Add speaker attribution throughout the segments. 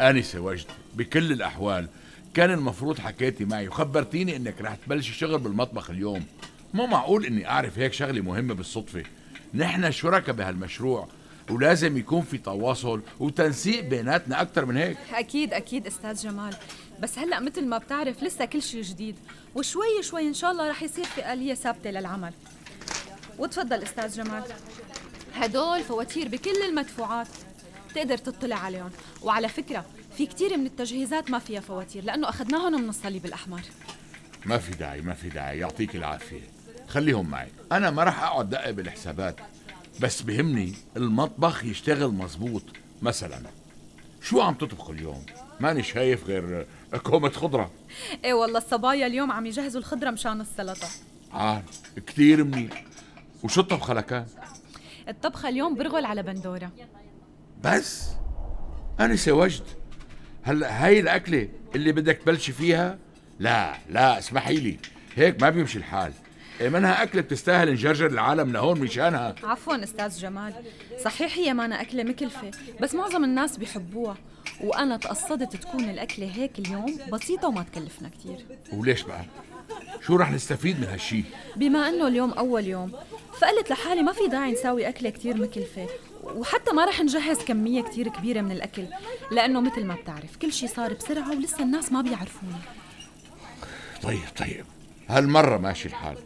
Speaker 1: انسه وجد بكل الاحوال كان المفروض حكيتي معي وخبرتيني انك رح تبلشي شغل بالمطبخ اليوم مو معقول اني اعرف هيك شغله مهمه بالصدفه نحن شركاء بهالمشروع ولازم يكون في تواصل وتنسيق بيناتنا اكثر من هيك
Speaker 2: اكيد اكيد استاذ جمال بس هلا مثل ما بتعرف لسه كل شيء جديد وشوي شوي ان شاء الله رح يصير في اليه ثابته للعمل وتفضل استاذ جمال هدول فواتير بكل المدفوعات تقدر تطلع عليهم وعلى فكره في كتير من التجهيزات ما فيها فواتير لانه اخذناهم من الصليب الاحمر
Speaker 1: ما في داعي ما في داعي يعطيك العافيه خليهم معي انا ما رح اقعد دقق بالحسابات بس بهمني المطبخ يشتغل مزبوط مثلا شو عم تطبخوا اليوم ماني شايف غير كومة خضرة
Speaker 2: ايه والله الصبايا اليوم عم يجهزوا الخضره مشان السلطه
Speaker 1: عارف كتير منيح وشو الطبخة لكان
Speaker 2: الطبخه اليوم برغل على بندوره
Speaker 1: بس أنا سوجد هلا هاي الأكلة اللي بدك تبلشي فيها لا لا اسمحي لي هيك ما بيمشي الحال إيه منها أكلة بتستاهل نجرجر العالم لهون مشانها
Speaker 2: عفوا استاذ جمال صحيح هي مانا اكله مكلفه بس معظم الناس بيحبوها وانا تقصدت تكون الاكله هيك اليوم بسيطه وما تكلفنا كثير
Speaker 1: وليش بقى شو رح نستفيد من هالشي
Speaker 2: بما انه اليوم اول يوم فقلت لحالي ما في داعي نساوي اكله كثير مكلفه وحتى ما رح نجهز كمية كتير كبيرة من الأكل لأنه مثل ما بتعرف كل شي صار بسرعة ولسه الناس ما بيعرفونا
Speaker 1: طيب طيب هالمرة ماشي الحال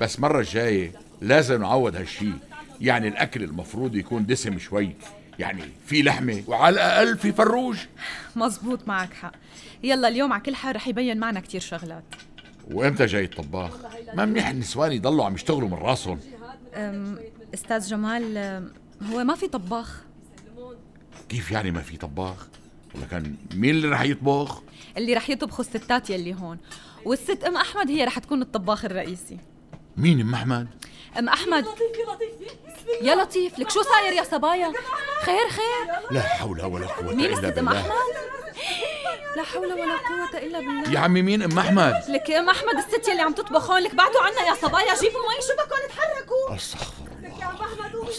Speaker 1: بس مرة الجاية لازم نعوض هالشي يعني الأكل المفروض يكون دسم شوي يعني في لحمة وعلى الأقل في فروج
Speaker 2: مزبوط معك حق يلا اليوم على كل حال رح يبين معنا كتير شغلات
Speaker 1: وإمتى جاي الطباخ ما منيح النسوان يضلوا عم يشتغلوا من راسهم
Speaker 2: أم، أستاذ جمال أم، هو ما في طباخ
Speaker 1: كيف يعني ما في طباخ ولا كان مين اللي رح يطبخ
Speaker 2: اللي رح يطبخوا الستات يلي هون والست أم أحمد هي رح تكون الطباخ الرئيسي
Speaker 1: مين ام احمد
Speaker 2: أم أحمد يا لطيف لك شو صاير يا صبايا خير خير
Speaker 1: لا حول ولا قوة
Speaker 2: مين
Speaker 1: إلا
Speaker 2: الست أم
Speaker 1: بالله
Speaker 2: أحمد لا حول ولا قوة إلا بالله
Speaker 1: يا عمي مين ام احمد
Speaker 2: لك ام احمد الست يلي عم تطبخ هون لك بعتوا عنا يا صبايا جيبوا مي شو بدكم تحركوا
Speaker 1: استغفر الله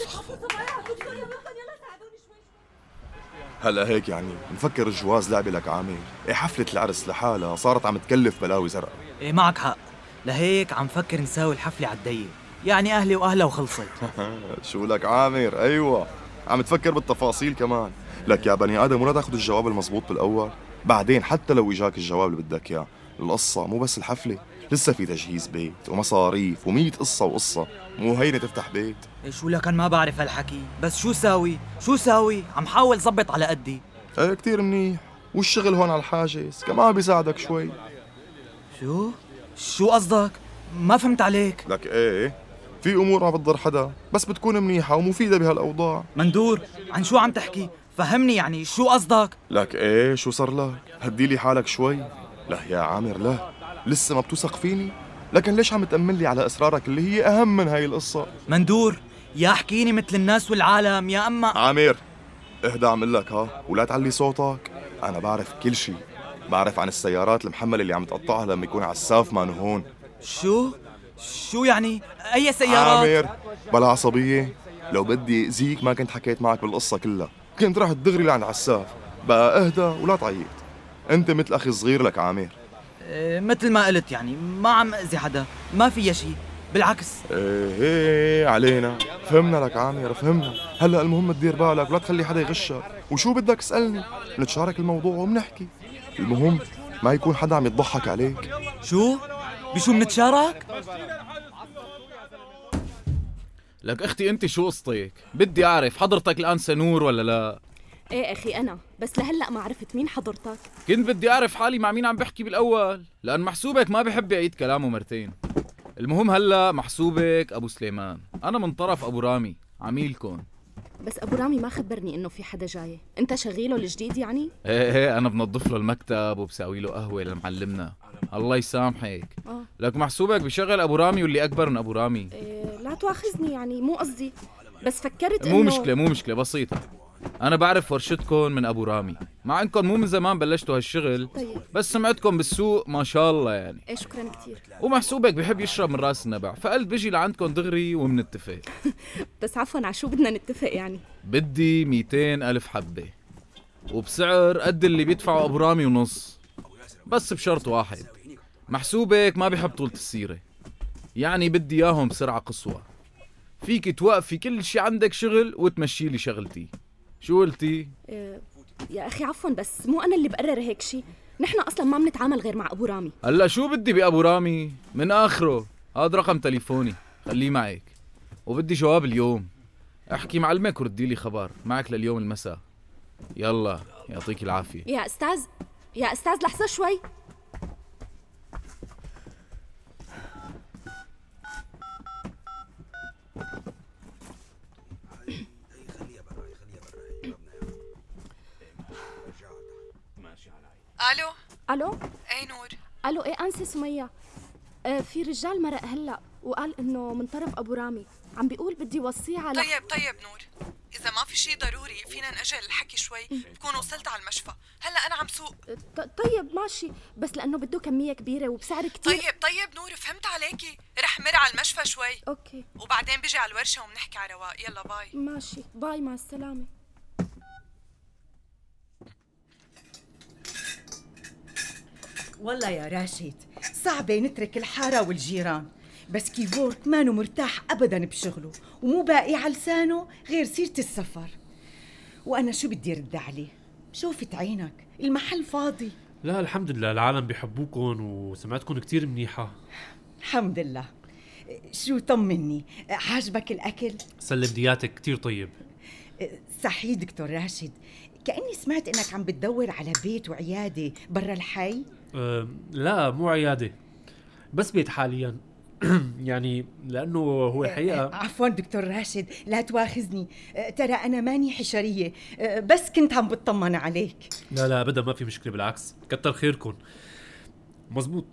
Speaker 3: هلا هيك يعني مفكر الجواز لعبه لك عامر ايه حفله العرس لحالها صارت عم تكلف بلاوي زرقاء
Speaker 4: إيه معك حق لهيك عم فكر نساوي الحفلة على الضيق يعني أهلي وأهلا وخلصت
Speaker 3: شو لك عامر ايوه عم تفكر بالتفاصيل كمان لك يا بني ادم ولا تاخذ الجواب المزبوط بالاول بعدين حتى لو اجاك الجواب اللي بدك اياه القصة مو بس الحفلة لسه في تجهيز بيت ومصاريف ومية قصة وقصة مو هينة تفتح بيت
Speaker 4: إيه شو لكن ما بعرف هالحكي بس شو ساوي شو ساوي عم حاول زبط على قدي
Speaker 3: ايه كتير منيح والشغل هون على الحاجز كمان بيساعدك شوي
Speaker 4: شو شو قصدك ما فهمت عليك
Speaker 3: لك ايه في امور ما بتضر حدا بس بتكون منيحة ومفيدة بهالاوضاع
Speaker 4: مندور عن شو عم تحكي فهمني يعني شو قصدك
Speaker 3: لك ايه شو صار لك؟ هدي لي حالك شوي لا يا عامر لا لسه ما بتوثق فيني لكن ليش عم تأمن لي على اسرارك اللي هي اهم من هاي القصه
Speaker 4: مندور يا احكيني مثل الناس والعالم يا اما
Speaker 3: عامر اهدى عم اقول لك ها ولا تعلي صوتك انا بعرف كل شيء بعرف عن السيارات المحمله اللي عم تقطعها لما يكون على الساف مان هون
Speaker 4: شو شو يعني اي سيارات
Speaker 3: عامر بلا عصبيه لو بدي اذيك ما كنت حكيت معك بالقصه كلها كنت رحت دغري لعند عساف بقى اهدى ولا تعيط انت مثل اخي صغير لك عامر
Speaker 4: إيه مثل ما قلت يعني ما عم اذي حدا ما فيها شيء بالعكس
Speaker 3: ايه إيه، علينا فهمنا لك عامر فهمنا هلا المهم تدير بالك ولا تخلي حدا يغشك وشو بدك اسالني نتشارك الموضوع وبنحكي المهم ما يكون حدا عم يضحك عليك
Speaker 4: شو بشو منتشارك
Speaker 5: لك اختي انت شو قصتك؟ بدي اعرف حضرتك الانسه نور ولا لا؟
Speaker 6: ايه اخي انا بس لهلا ما عرفت مين حضرتك
Speaker 5: كنت بدي اعرف حالي مع مين عم بحكي بالاول، لان محسوبك ما بحب يعيد كلامه مرتين. المهم هلا محسوبك ابو سليمان، انا من طرف ابو رامي، عميلكم.
Speaker 6: بس ابو رامي ما خبرني انه في حدا جاي انت شغيله الجديد يعني
Speaker 5: ايه ايه انا بنظف له المكتب وبساوي له قهوه لمعلمنا. الله يسامحك.
Speaker 6: آه.
Speaker 5: لك محسوبك بشغل ابو رامي واللي اكبر من ابو رامي.
Speaker 6: إيه لا تواخذني يعني مو قصدي بس فكرت انه
Speaker 5: مو مشكله مو مشكله بسيطه. انا بعرف ورشتكم من ابو رامي، مع انكم مو من زمان بلشتوا هالشغل،
Speaker 6: طيب
Speaker 5: بس سمعتكم بالسوق ما شاء الله يعني
Speaker 6: ايه شكرا كثير
Speaker 5: ومحسوبك بحب يشرب من راس النبع فقلت بيجي لعندكم دغري ومنتفق
Speaker 6: بس عفوا على شو بدنا نتفق يعني
Speaker 5: بدي 200 ألف حبة وبسعر قد اللي بيدفعه ابو رامي ونص بس بشرط واحد محسوبك ما بيحب طولة السيرة يعني بدي اياهم بسرعة قصوى فيك توقفي كل شي عندك شغل وتمشي لي شغلتي شو قلتي؟
Speaker 6: آه، يا اخي عفوا بس مو انا اللي بقرر هيك شيء نحن اصلا ما بنتعامل غير مع ابو رامي
Speaker 5: هلا شو بدي بابو رامي؟ من اخره هذا رقم تليفوني خليه معك وبدي جواب اليوم احكي مع المك وردي لي خبر معك لليوم المساء يلا يعطيك العافية
Speaker 6: يا استاذ يا استاذ لحظه شوي
Speaker 7: الو
Speaker 6: الو
Speaker 7: اي نور
Speaker 6: الو ايه انسه سميه آه، في رجال مرق هلا وقال انه من طرف ابو رامي عم بيقول بدي وصيه على
Speaker 7: طيب طيب نور اذا ما في شي ضروري فينا نأجل الحكي شوي بكون وصلت على المشفى هلا انا عم سوق
Speaker 6: ط- طيب ماشي بس لانه بده كميه كبيره وبسعر كتير
Speaker 7: طيب طيب نور فهمت عليكي رح مر على المشفى شوي
Speaker 6: اوكي
Speaker 7: وبعدين بجي على الورشة وبنحكي على رواق يلا باي
Speaker 6: ماشي باي مع السلامه
Speaker 8: والله يا راشد صعبة نترك الحارة والجيران بس كيفورك مانو مرتاح أبدا بشغله ومو باقي على لسانه غير سيرة السفر وأنا شو بدي رد عليه شوفت عينك المحل فاضي
Speaker 9: لا الحمد لله العالم بيحبوكم وسمعتكم كتير منيحة
Speaker 8: الحمد لله شو طمني عاجبك الأكل
Speaker 9: سلم دياتك كتير طيب
Speaker 8: صحيح دكتور راشد كأني سمعت إنك عم بتدور على بيت وعيادة برا الحي
Speaker 9: أم، أه، لا مو عيادة بس بيت حاليا يعني لأنه هو حقيقة
Speaker 8: عفوا أه، دكتور راشد لا تواخذني أه، ترى أنا ماني حشرية أه، بس كنت عم بطمن عليك
Speaker 9: لا لا أبدا ما في مشكلة بالعكس كتر خيركم مزبوط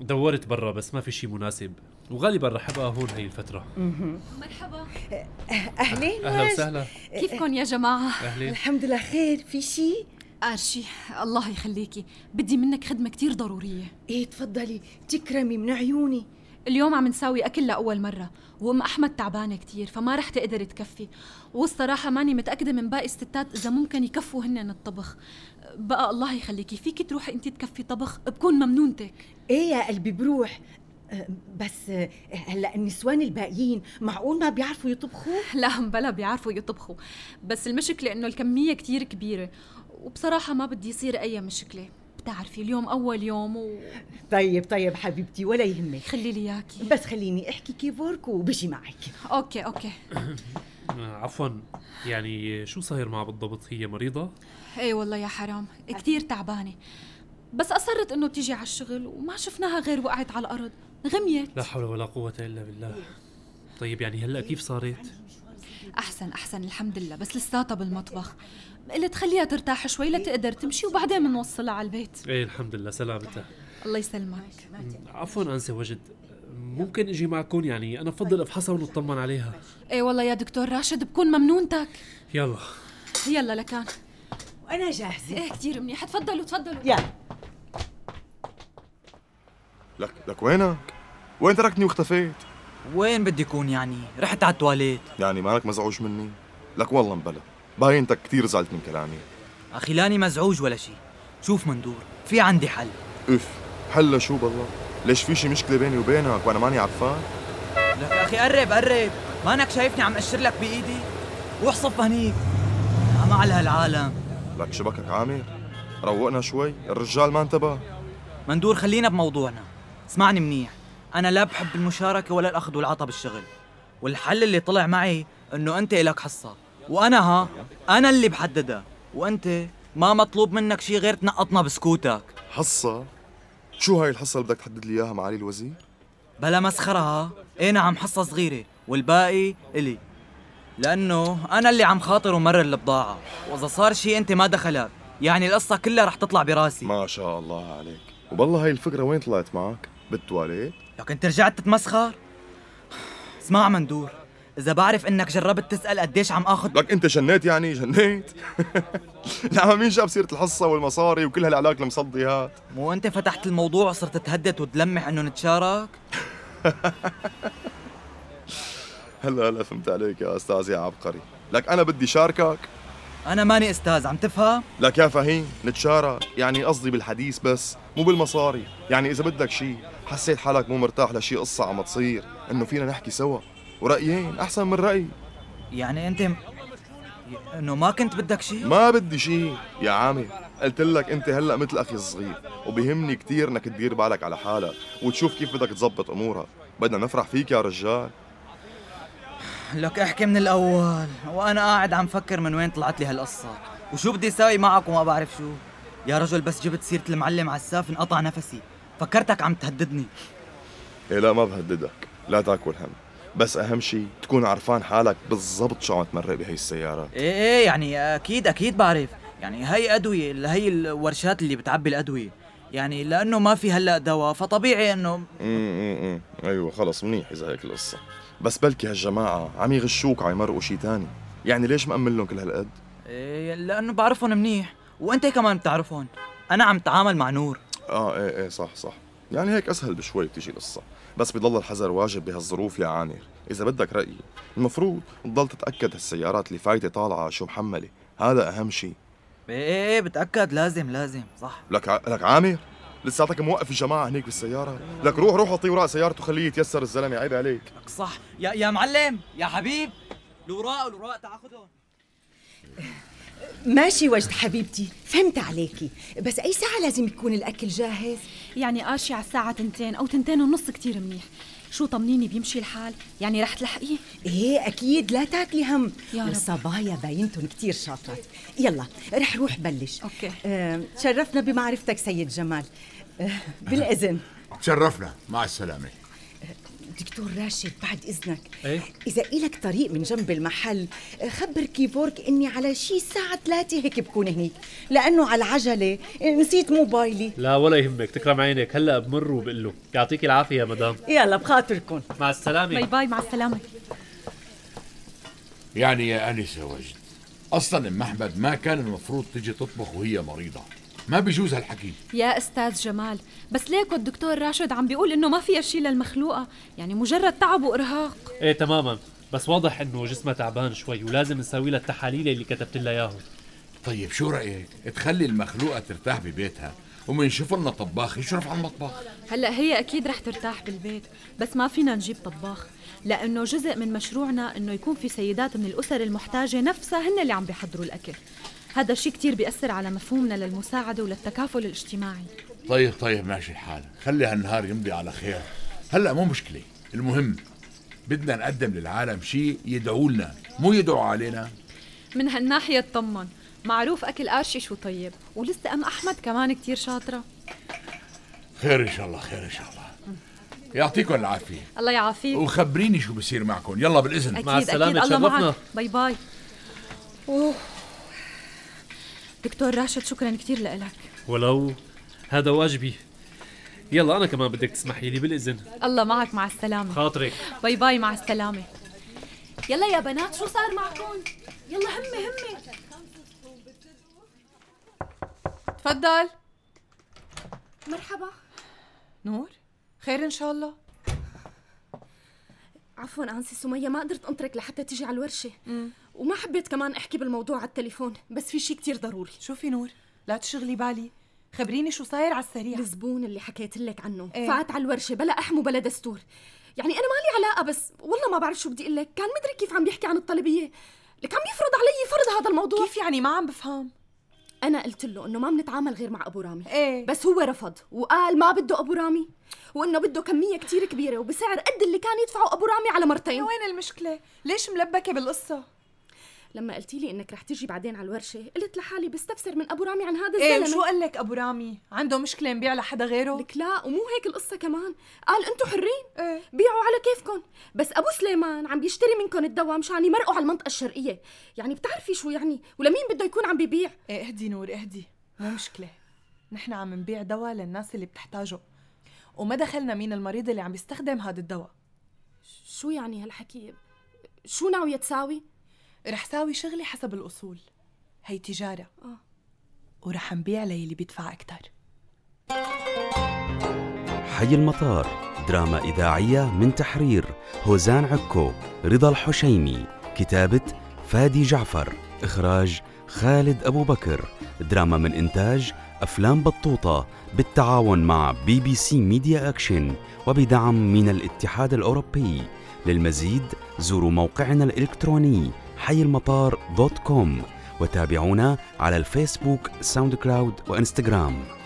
Speaker 9: دورت برا بس ما في شي مناسب وغالبا رح ابقى هون هي الفترة
Speaker 2: مرحبا
Speaker 8: أهلين
Speaker 9: اهلا
Speaker 8: واج.
Speaker 9: وسهلا
Speaker 1: إيه،
Speaker 2: كيفكم يا جماعه
Speaker 9: اهلين
Speaker 8: الحمد لله خير في شيء
Speaker 2: ارشي الله يخليكي بدي منك خدمه كتير ضروريه
Speaker 8: ايه تفضلي تكرمي من عيوني
Speaker 2: اليوم عم نساوي اكل لاول مره وام احمد تعبانه كتير فما رح تقدر تكفي والصراحه ماني متاكده من باقي الستات اذا ممكن يكفوا هن الطبخ بقى الله يخليكي فيك تروحي انت تكفي طبخ بكون ممنونتك
Speaker 8: ايه يا قلبي بروح أه، بس أه، هلا النسوان الباقيين معقول ما بيعرفوا يطبخوا؟
Speaker 2: لا بلا بيعرفوا يطبخوا بس المشكله انه الكميه كتير كبيره وبصراحه ما بدي يصير اي مشكله بتعرفي اليوم اول يوم وخلي
Speaker 8: طيب طيب حبيبتي ولا يهمك
Speaker 2: لي اياكي
Speaker 8: بس خليني احكي كيفورك وبجي معك
Speaker 2: اوكي اوكي
Speaker 9: عفوا آه، يعني شو صاير معها بالضبط هي مريضة؟
Speaker 2: اي إيه والله يا حرام كثير تعبانه بس اصرت انه تيجي على الشغل وما شفناها غير وقعت على الارض غميت
Speaker 9: لا حول ولا قوة إلا بالله طيب يعني هلا كيف صارت؟
Speaker 2: احسن احسن الحمد لله بس لساتها بالمطبخ قلت خليها ترتاح شوي لتقدر تمشي وبعدين بنوصلها على البيت
Speaker 9: ايه الحمد لله سلامتها
Speaker 2: الله يسلمك
Speaker 9: عفوا انسه وجد ممكن اجي معكم يعني انا
Speaker 8: طيب.
Speaker 9: بفضل افحصها ونطمن عليها
Speaker 2: اي إيه والله يا دكتور راشد بكون ممنونتك
Speaker 9: يلا
Speaker 2: يلا لكان
Speaker 8: وانا جاهزه
Speaker 2: ايه كثير منيح تفضلوا تفضلوا
Speaker 8: يلا
Speaker 3: لك لك وينك؟ وين تركتني واختفيت؟
Speaker 4: وين بدي اكون يعني رحت على التواليت
Speaker 3: يعني مالك مزعوج مني؟ لك والله مبلا باين انت كثير زعلت من كلامي
Speaker 4: اخي لاني مزعوج ولا شيء شوف مندور في عندي حل
Speaker 3: اف حلا شو بالله؟ ليش في شي مشكلة بيني وبينك وانا ماني عرفان؟
Speaker 4: لك اخي قرب قرب مانك شايفني عم اشر لك بايدي واحصف هنيك يا معلى هالعالم
Speaker 3: لك شبكك عامر؟ روقنا شوي الرجال ما انتبه
Speaker 4: مندور خلينا بموضوعنا اسمعني منيح انا لا بحب المشاركه ولا الاخذ والعطاء بالشغل والحل اللي طلع معي انه انت الك حصه وانا ها انا اللي بحددها وانت ما مطلوب منك شيء غير تنقطنا بسكوتك
Speaker 3: حصة؟ شو هاي الحصة اللي بدك تحدد لي اياها معالي الوزير؟
Speaker 4: بلا مسخرة ها ايه نعم حصة صغيرة والباقي الي لأنه أنا اللي عم خاطر ومرر البضاعة وإذا صار شي أنت ما دخلك يعني القصة كلها رح تطلع براسي
Speaker 3: ما شاء الله عليك وبالله هاي الفكرة وين طلعت معك؟ بالتواليت؟
Speaker 4: لك أنت رجعت تتمسخر اسمع مندور إذا بعرف إنك جربت تسأل قديش عم آخد
Speaker 3: لك انت جنيت يعني جنيت لا مين جاب سيرة الحصة والمصاري وكل هالعلاقة المصدي هاد
Speaker 4: مو أنت فتحت الموضوع وصرت تهدد وتلمح إنه نتشارك
Speaker 3: هلا هلا فهمت عليك يا استاذ يا عبقري لك انا بدي شاركك
Speaker 4: انا ماني استاذ عم تفهم
Speaker 3: لك يا فهيم نتشارك يعني قصدي بالحديث بس مو بالمصاري يعني اذا بدك شيء حسيت حالك مو مرتاح لشي قصة عم تصير انه فينا نحكي سوا ورأيين احسن من رأي
Speaker 4: يعني انت م... انه ما كنت بدك شيء
Speaker 3: ما بدي شيء يا عامر قلت لك انت هلا مثل اخي الصغير وبهمني كثير انك تدير بالك على حالك وتشوف كيف بدك تزبط امورك بدنا نفرح فيك يا رجال
Speaker 4: لك احكي من الاول وانا قاعد عم فكر من وين طلعت لي هالقصه وشو بدي اساوي معك وما بعرف شو يا رجل بس جبت سيره المعلم عساف انقطع نفسي فكرتك عم تهددني
Speaker 3: إيه لا ما بهددك لا تاكل هم بس اهم شيء تكون عرفان حالك بالضبط شو عم تمرق بهي السياره
Speaker 4: ايه ايه يعني اكيد اكيد بعرف يعني هي ادويه ال- هي الورشات اللي بتعبي الادويه يعني لانه ما في هلا دواء فطبيعي انه
Speaker 3: امم ايوه خلص منيح اذا هيك القصه بس بلكي هالجماعه عم يغشوك عم يمرقوا شيء تاني يعني ليش مأمن لهم كل هالقد
Speaker 4: إيه لانه بعرفهم منيح وانت كمان بتعرفهم انا عم تعامل مع نور
Speaker 3: اه ايه ايه صح صح يعني هيك اسهل بشوي بتيجي القصه بس بضل الحذر واجب بهالظروف يا عامر اذا بدك رايي المفروض تضل تتاكد هالسيارات اللي فايته طالعه شو محمله هذا اهم شيء
Speaker 4: ايه ايه إيه، بتاكد لازم لازم صح
Speaker 3: لك ع... لك عامر لساتك موقف الجماعه هنيك بالسياره لك روح روح اعطيه وراء سيارته خليه يتيسر الزلمه عيب عليك
Speaker 4: لك صح يا يا معلم يا حبيب الوراق الوراق تاخذهم
Speaker 8: ماشي وجد حبيبتي فهمت عليكي بس أي ساعة لازم يكون الأكل جاهز
Speaker 2: يعني قاشي على الساعة تنتين أو تنتين ونص كتير منيح شو طمنيني بيمشي الحال يعني رح تلحقيه
Speaker 8: ايه اكيد لا تاكلي هم
Speaker 2: يا رب.
Speaker 8: الصبايا باينتهم كثير شاطرات يلا رح روح بلش
Speaker 2: أوكي.
Speaker 8: آه، تشرفنا بمعرفتك سيد جمال آه، بالاذن
Speaker 1: تشرفنا مع السلامه
Speaker 8: دكتور راشد بعد اذنك
Speaker 9: إيه؟
Speaker 8: اذا إلك طريق من جنب المحل آه، خبر كيفورك اني على شي الساعه 3 هيك بكون هنيك لانه على العجله آه، نسيت موبايلي
Speaker 9: لا ولا يهمك تكرم عينك هلا بمر وبقول له يعطيك العافيه يا مدام
Speaker 8: يلا بخاطركم طيب.
Speaker 9: مع
Speaker 2: باي
Speaker 9: السلامه
Speaker 2: باي مع السلامة
Speaker 1: يعني يا انسه وجد اصلا ام احمد ما كان المفروض تجي تطبخ وهي مريضه ما بيجوز هالحكي
Speaker 2: يا أستاذ جمال بس ليكو الدكتور راشد عم بيقول إنه ما فيها شي للمخلوقة يعني مجرد تعب وإرهاق
Speaker 9: ايه تماما بس واضح انه جسمها تعبان شوي ولازم نسوي لها التحاليل اللي كتبت لها اياهم
Speaker 1: طيب شو رايك تخلي المخلوقه ترتاح ببيتها ومنشوف لنا طباخ يشرف على المطبخ
Speaker 2: هلا هي أكيد رح ترتاح بالبيت بس ما فينا نجيب طباخ لأنه جزء من مشروعنا إنه يكون في سيدات من الأسر المحتاجة نفسها هن اللي عم بيحضروا الأكل هذا الشيء كتير بيأثر على مفهومنا للمساعدة وللتكافل الاجتماعي
Speaker 1: طيب طيب ماشي الحال خلي هالنهار يمضي على خير هلا مو مشكله المهم بدنا نقدم للعالم شيء يدعوا لنا مو يدعوا علينا
Speaker 2: من هالناحية اطمن معروف أكل قارشي شو طيب ولسه أم أحمد كمان كتير شاطرة
Speaker 1: خير ان شاء الله خير ان شاء الله يعطيكم العافيه
Speaker 2: الله يعافيك
Speaker 1: وخبريني شو بصير معكم يلا بالاذن
Speaker 2: أكيد
Speaker 9: مع السلامة،
Speaker 2: أكيد الله
Speaker 9: تشرفنا.
Speaker 2: معك باي باي أوه. دكتور راشد شكرا كتير لإلك
Speaker 9: ولو هذا واجبي يلا انا كمان بدك تسمحي لي بالاذن
Speaker 2: الله معك مع السلامة
Speaker 9: خاطرك
Speaker 2: باي باي مع السلامة يلا يا بنات شو صار معكم؟ يلا همي همي
Speaker 10: تفضل
Speaker 6: مرحبا
Speaker 10: نور خير ان شاء الله
Speaker 6: عفوا انسي سميه ما قدرت انطرك لحتى تيجي على الورشه وما حبيت كمان احكي بالموضوع على التليفون بس في شيء كتير ضروري
Speaker 10: شو في نور لا تشغلي بالي خبريني شو صاير على السريع
Speaker 6: الزبون اللي حكيت لك عنه
Speaker 10: إيه.
Speaker 6: ايه؟ فات على الورشه بلا احم وبلا دستور يعني انا مالي علاقه بس والله ما بعرف شو بدي اقول لك كان مدري كيف عم يحكي عن الطلبيه لك عم يفرض علي فرض هذا الموضوع
Speaker 10: كيف يعني ما عم بفهم
Speaker 6: انا قلت له انه ما بنتعامل غير مع ابو رامي
Speaker 10: ايه
Speaker 6: بس هو رفض وقال ما بده ابو رامي وانه بده كميه كتير كبيره وبسعر قد اللي كان يدفعه ابو رامي على مرتين
Speaker 10: إيه، وين المشكله ليش ملبكه بالقصه
Speaker 6: لما قلتي لي انك رح تيجي بعدين على الورشه قلت لحالي بستفسر من ابو رامي عن هذا
Speaker 10: ايه
Speaker 6: الزلمه
Speaker 10: وشو قال لك ابو رامي عنده مشكله نبيع لحدا غيره
Speaker 6: لك لا ومو هيك القصة كمان قال انتم حرين
Speaker 10: ايه
Speaker 6: بيعوا على كيفكم بس ابو سليمان عم بيشتري منكم الدواء مشان يمرقوا على المنطقة الشرقية يعني بتعرفي شو يعني ولمين بده يكون عم بيبيع
Speaker 10: ايه اهدي نور اهدي مو مشكلة نحن عم نبيع دواء للناس اللي بتحتاجه وما دخلنا مين المريض اللي عم بيستخدم هذا الدواء
Speaker 6: شو يعني هالحكي شو ناوية تساوي
Speaker 10: رح ساوي شغلي حسب الأصول هي تجارة
Speaker 6: آه.
Speaker 10: ورح نبيع للي بيدفع أكتر
Speaker 11: حي المطار دراما إذاعية من تحرير هوزان عكو رضا الحشيمي كتابة فادي جعفر إخراج
Speaker 5: خالد أبو بكر دراما من إنتاج أفلام بطوطة بالتعاون مع بي بي سي ميديا أكشن وبدعم من الاتحاد الأوروبي للمزيد زوروا موقعنا الإلكتروني حي المطار دوت كوم وتابعونا على الفيسبوك ساوند كلاود وإنستغرام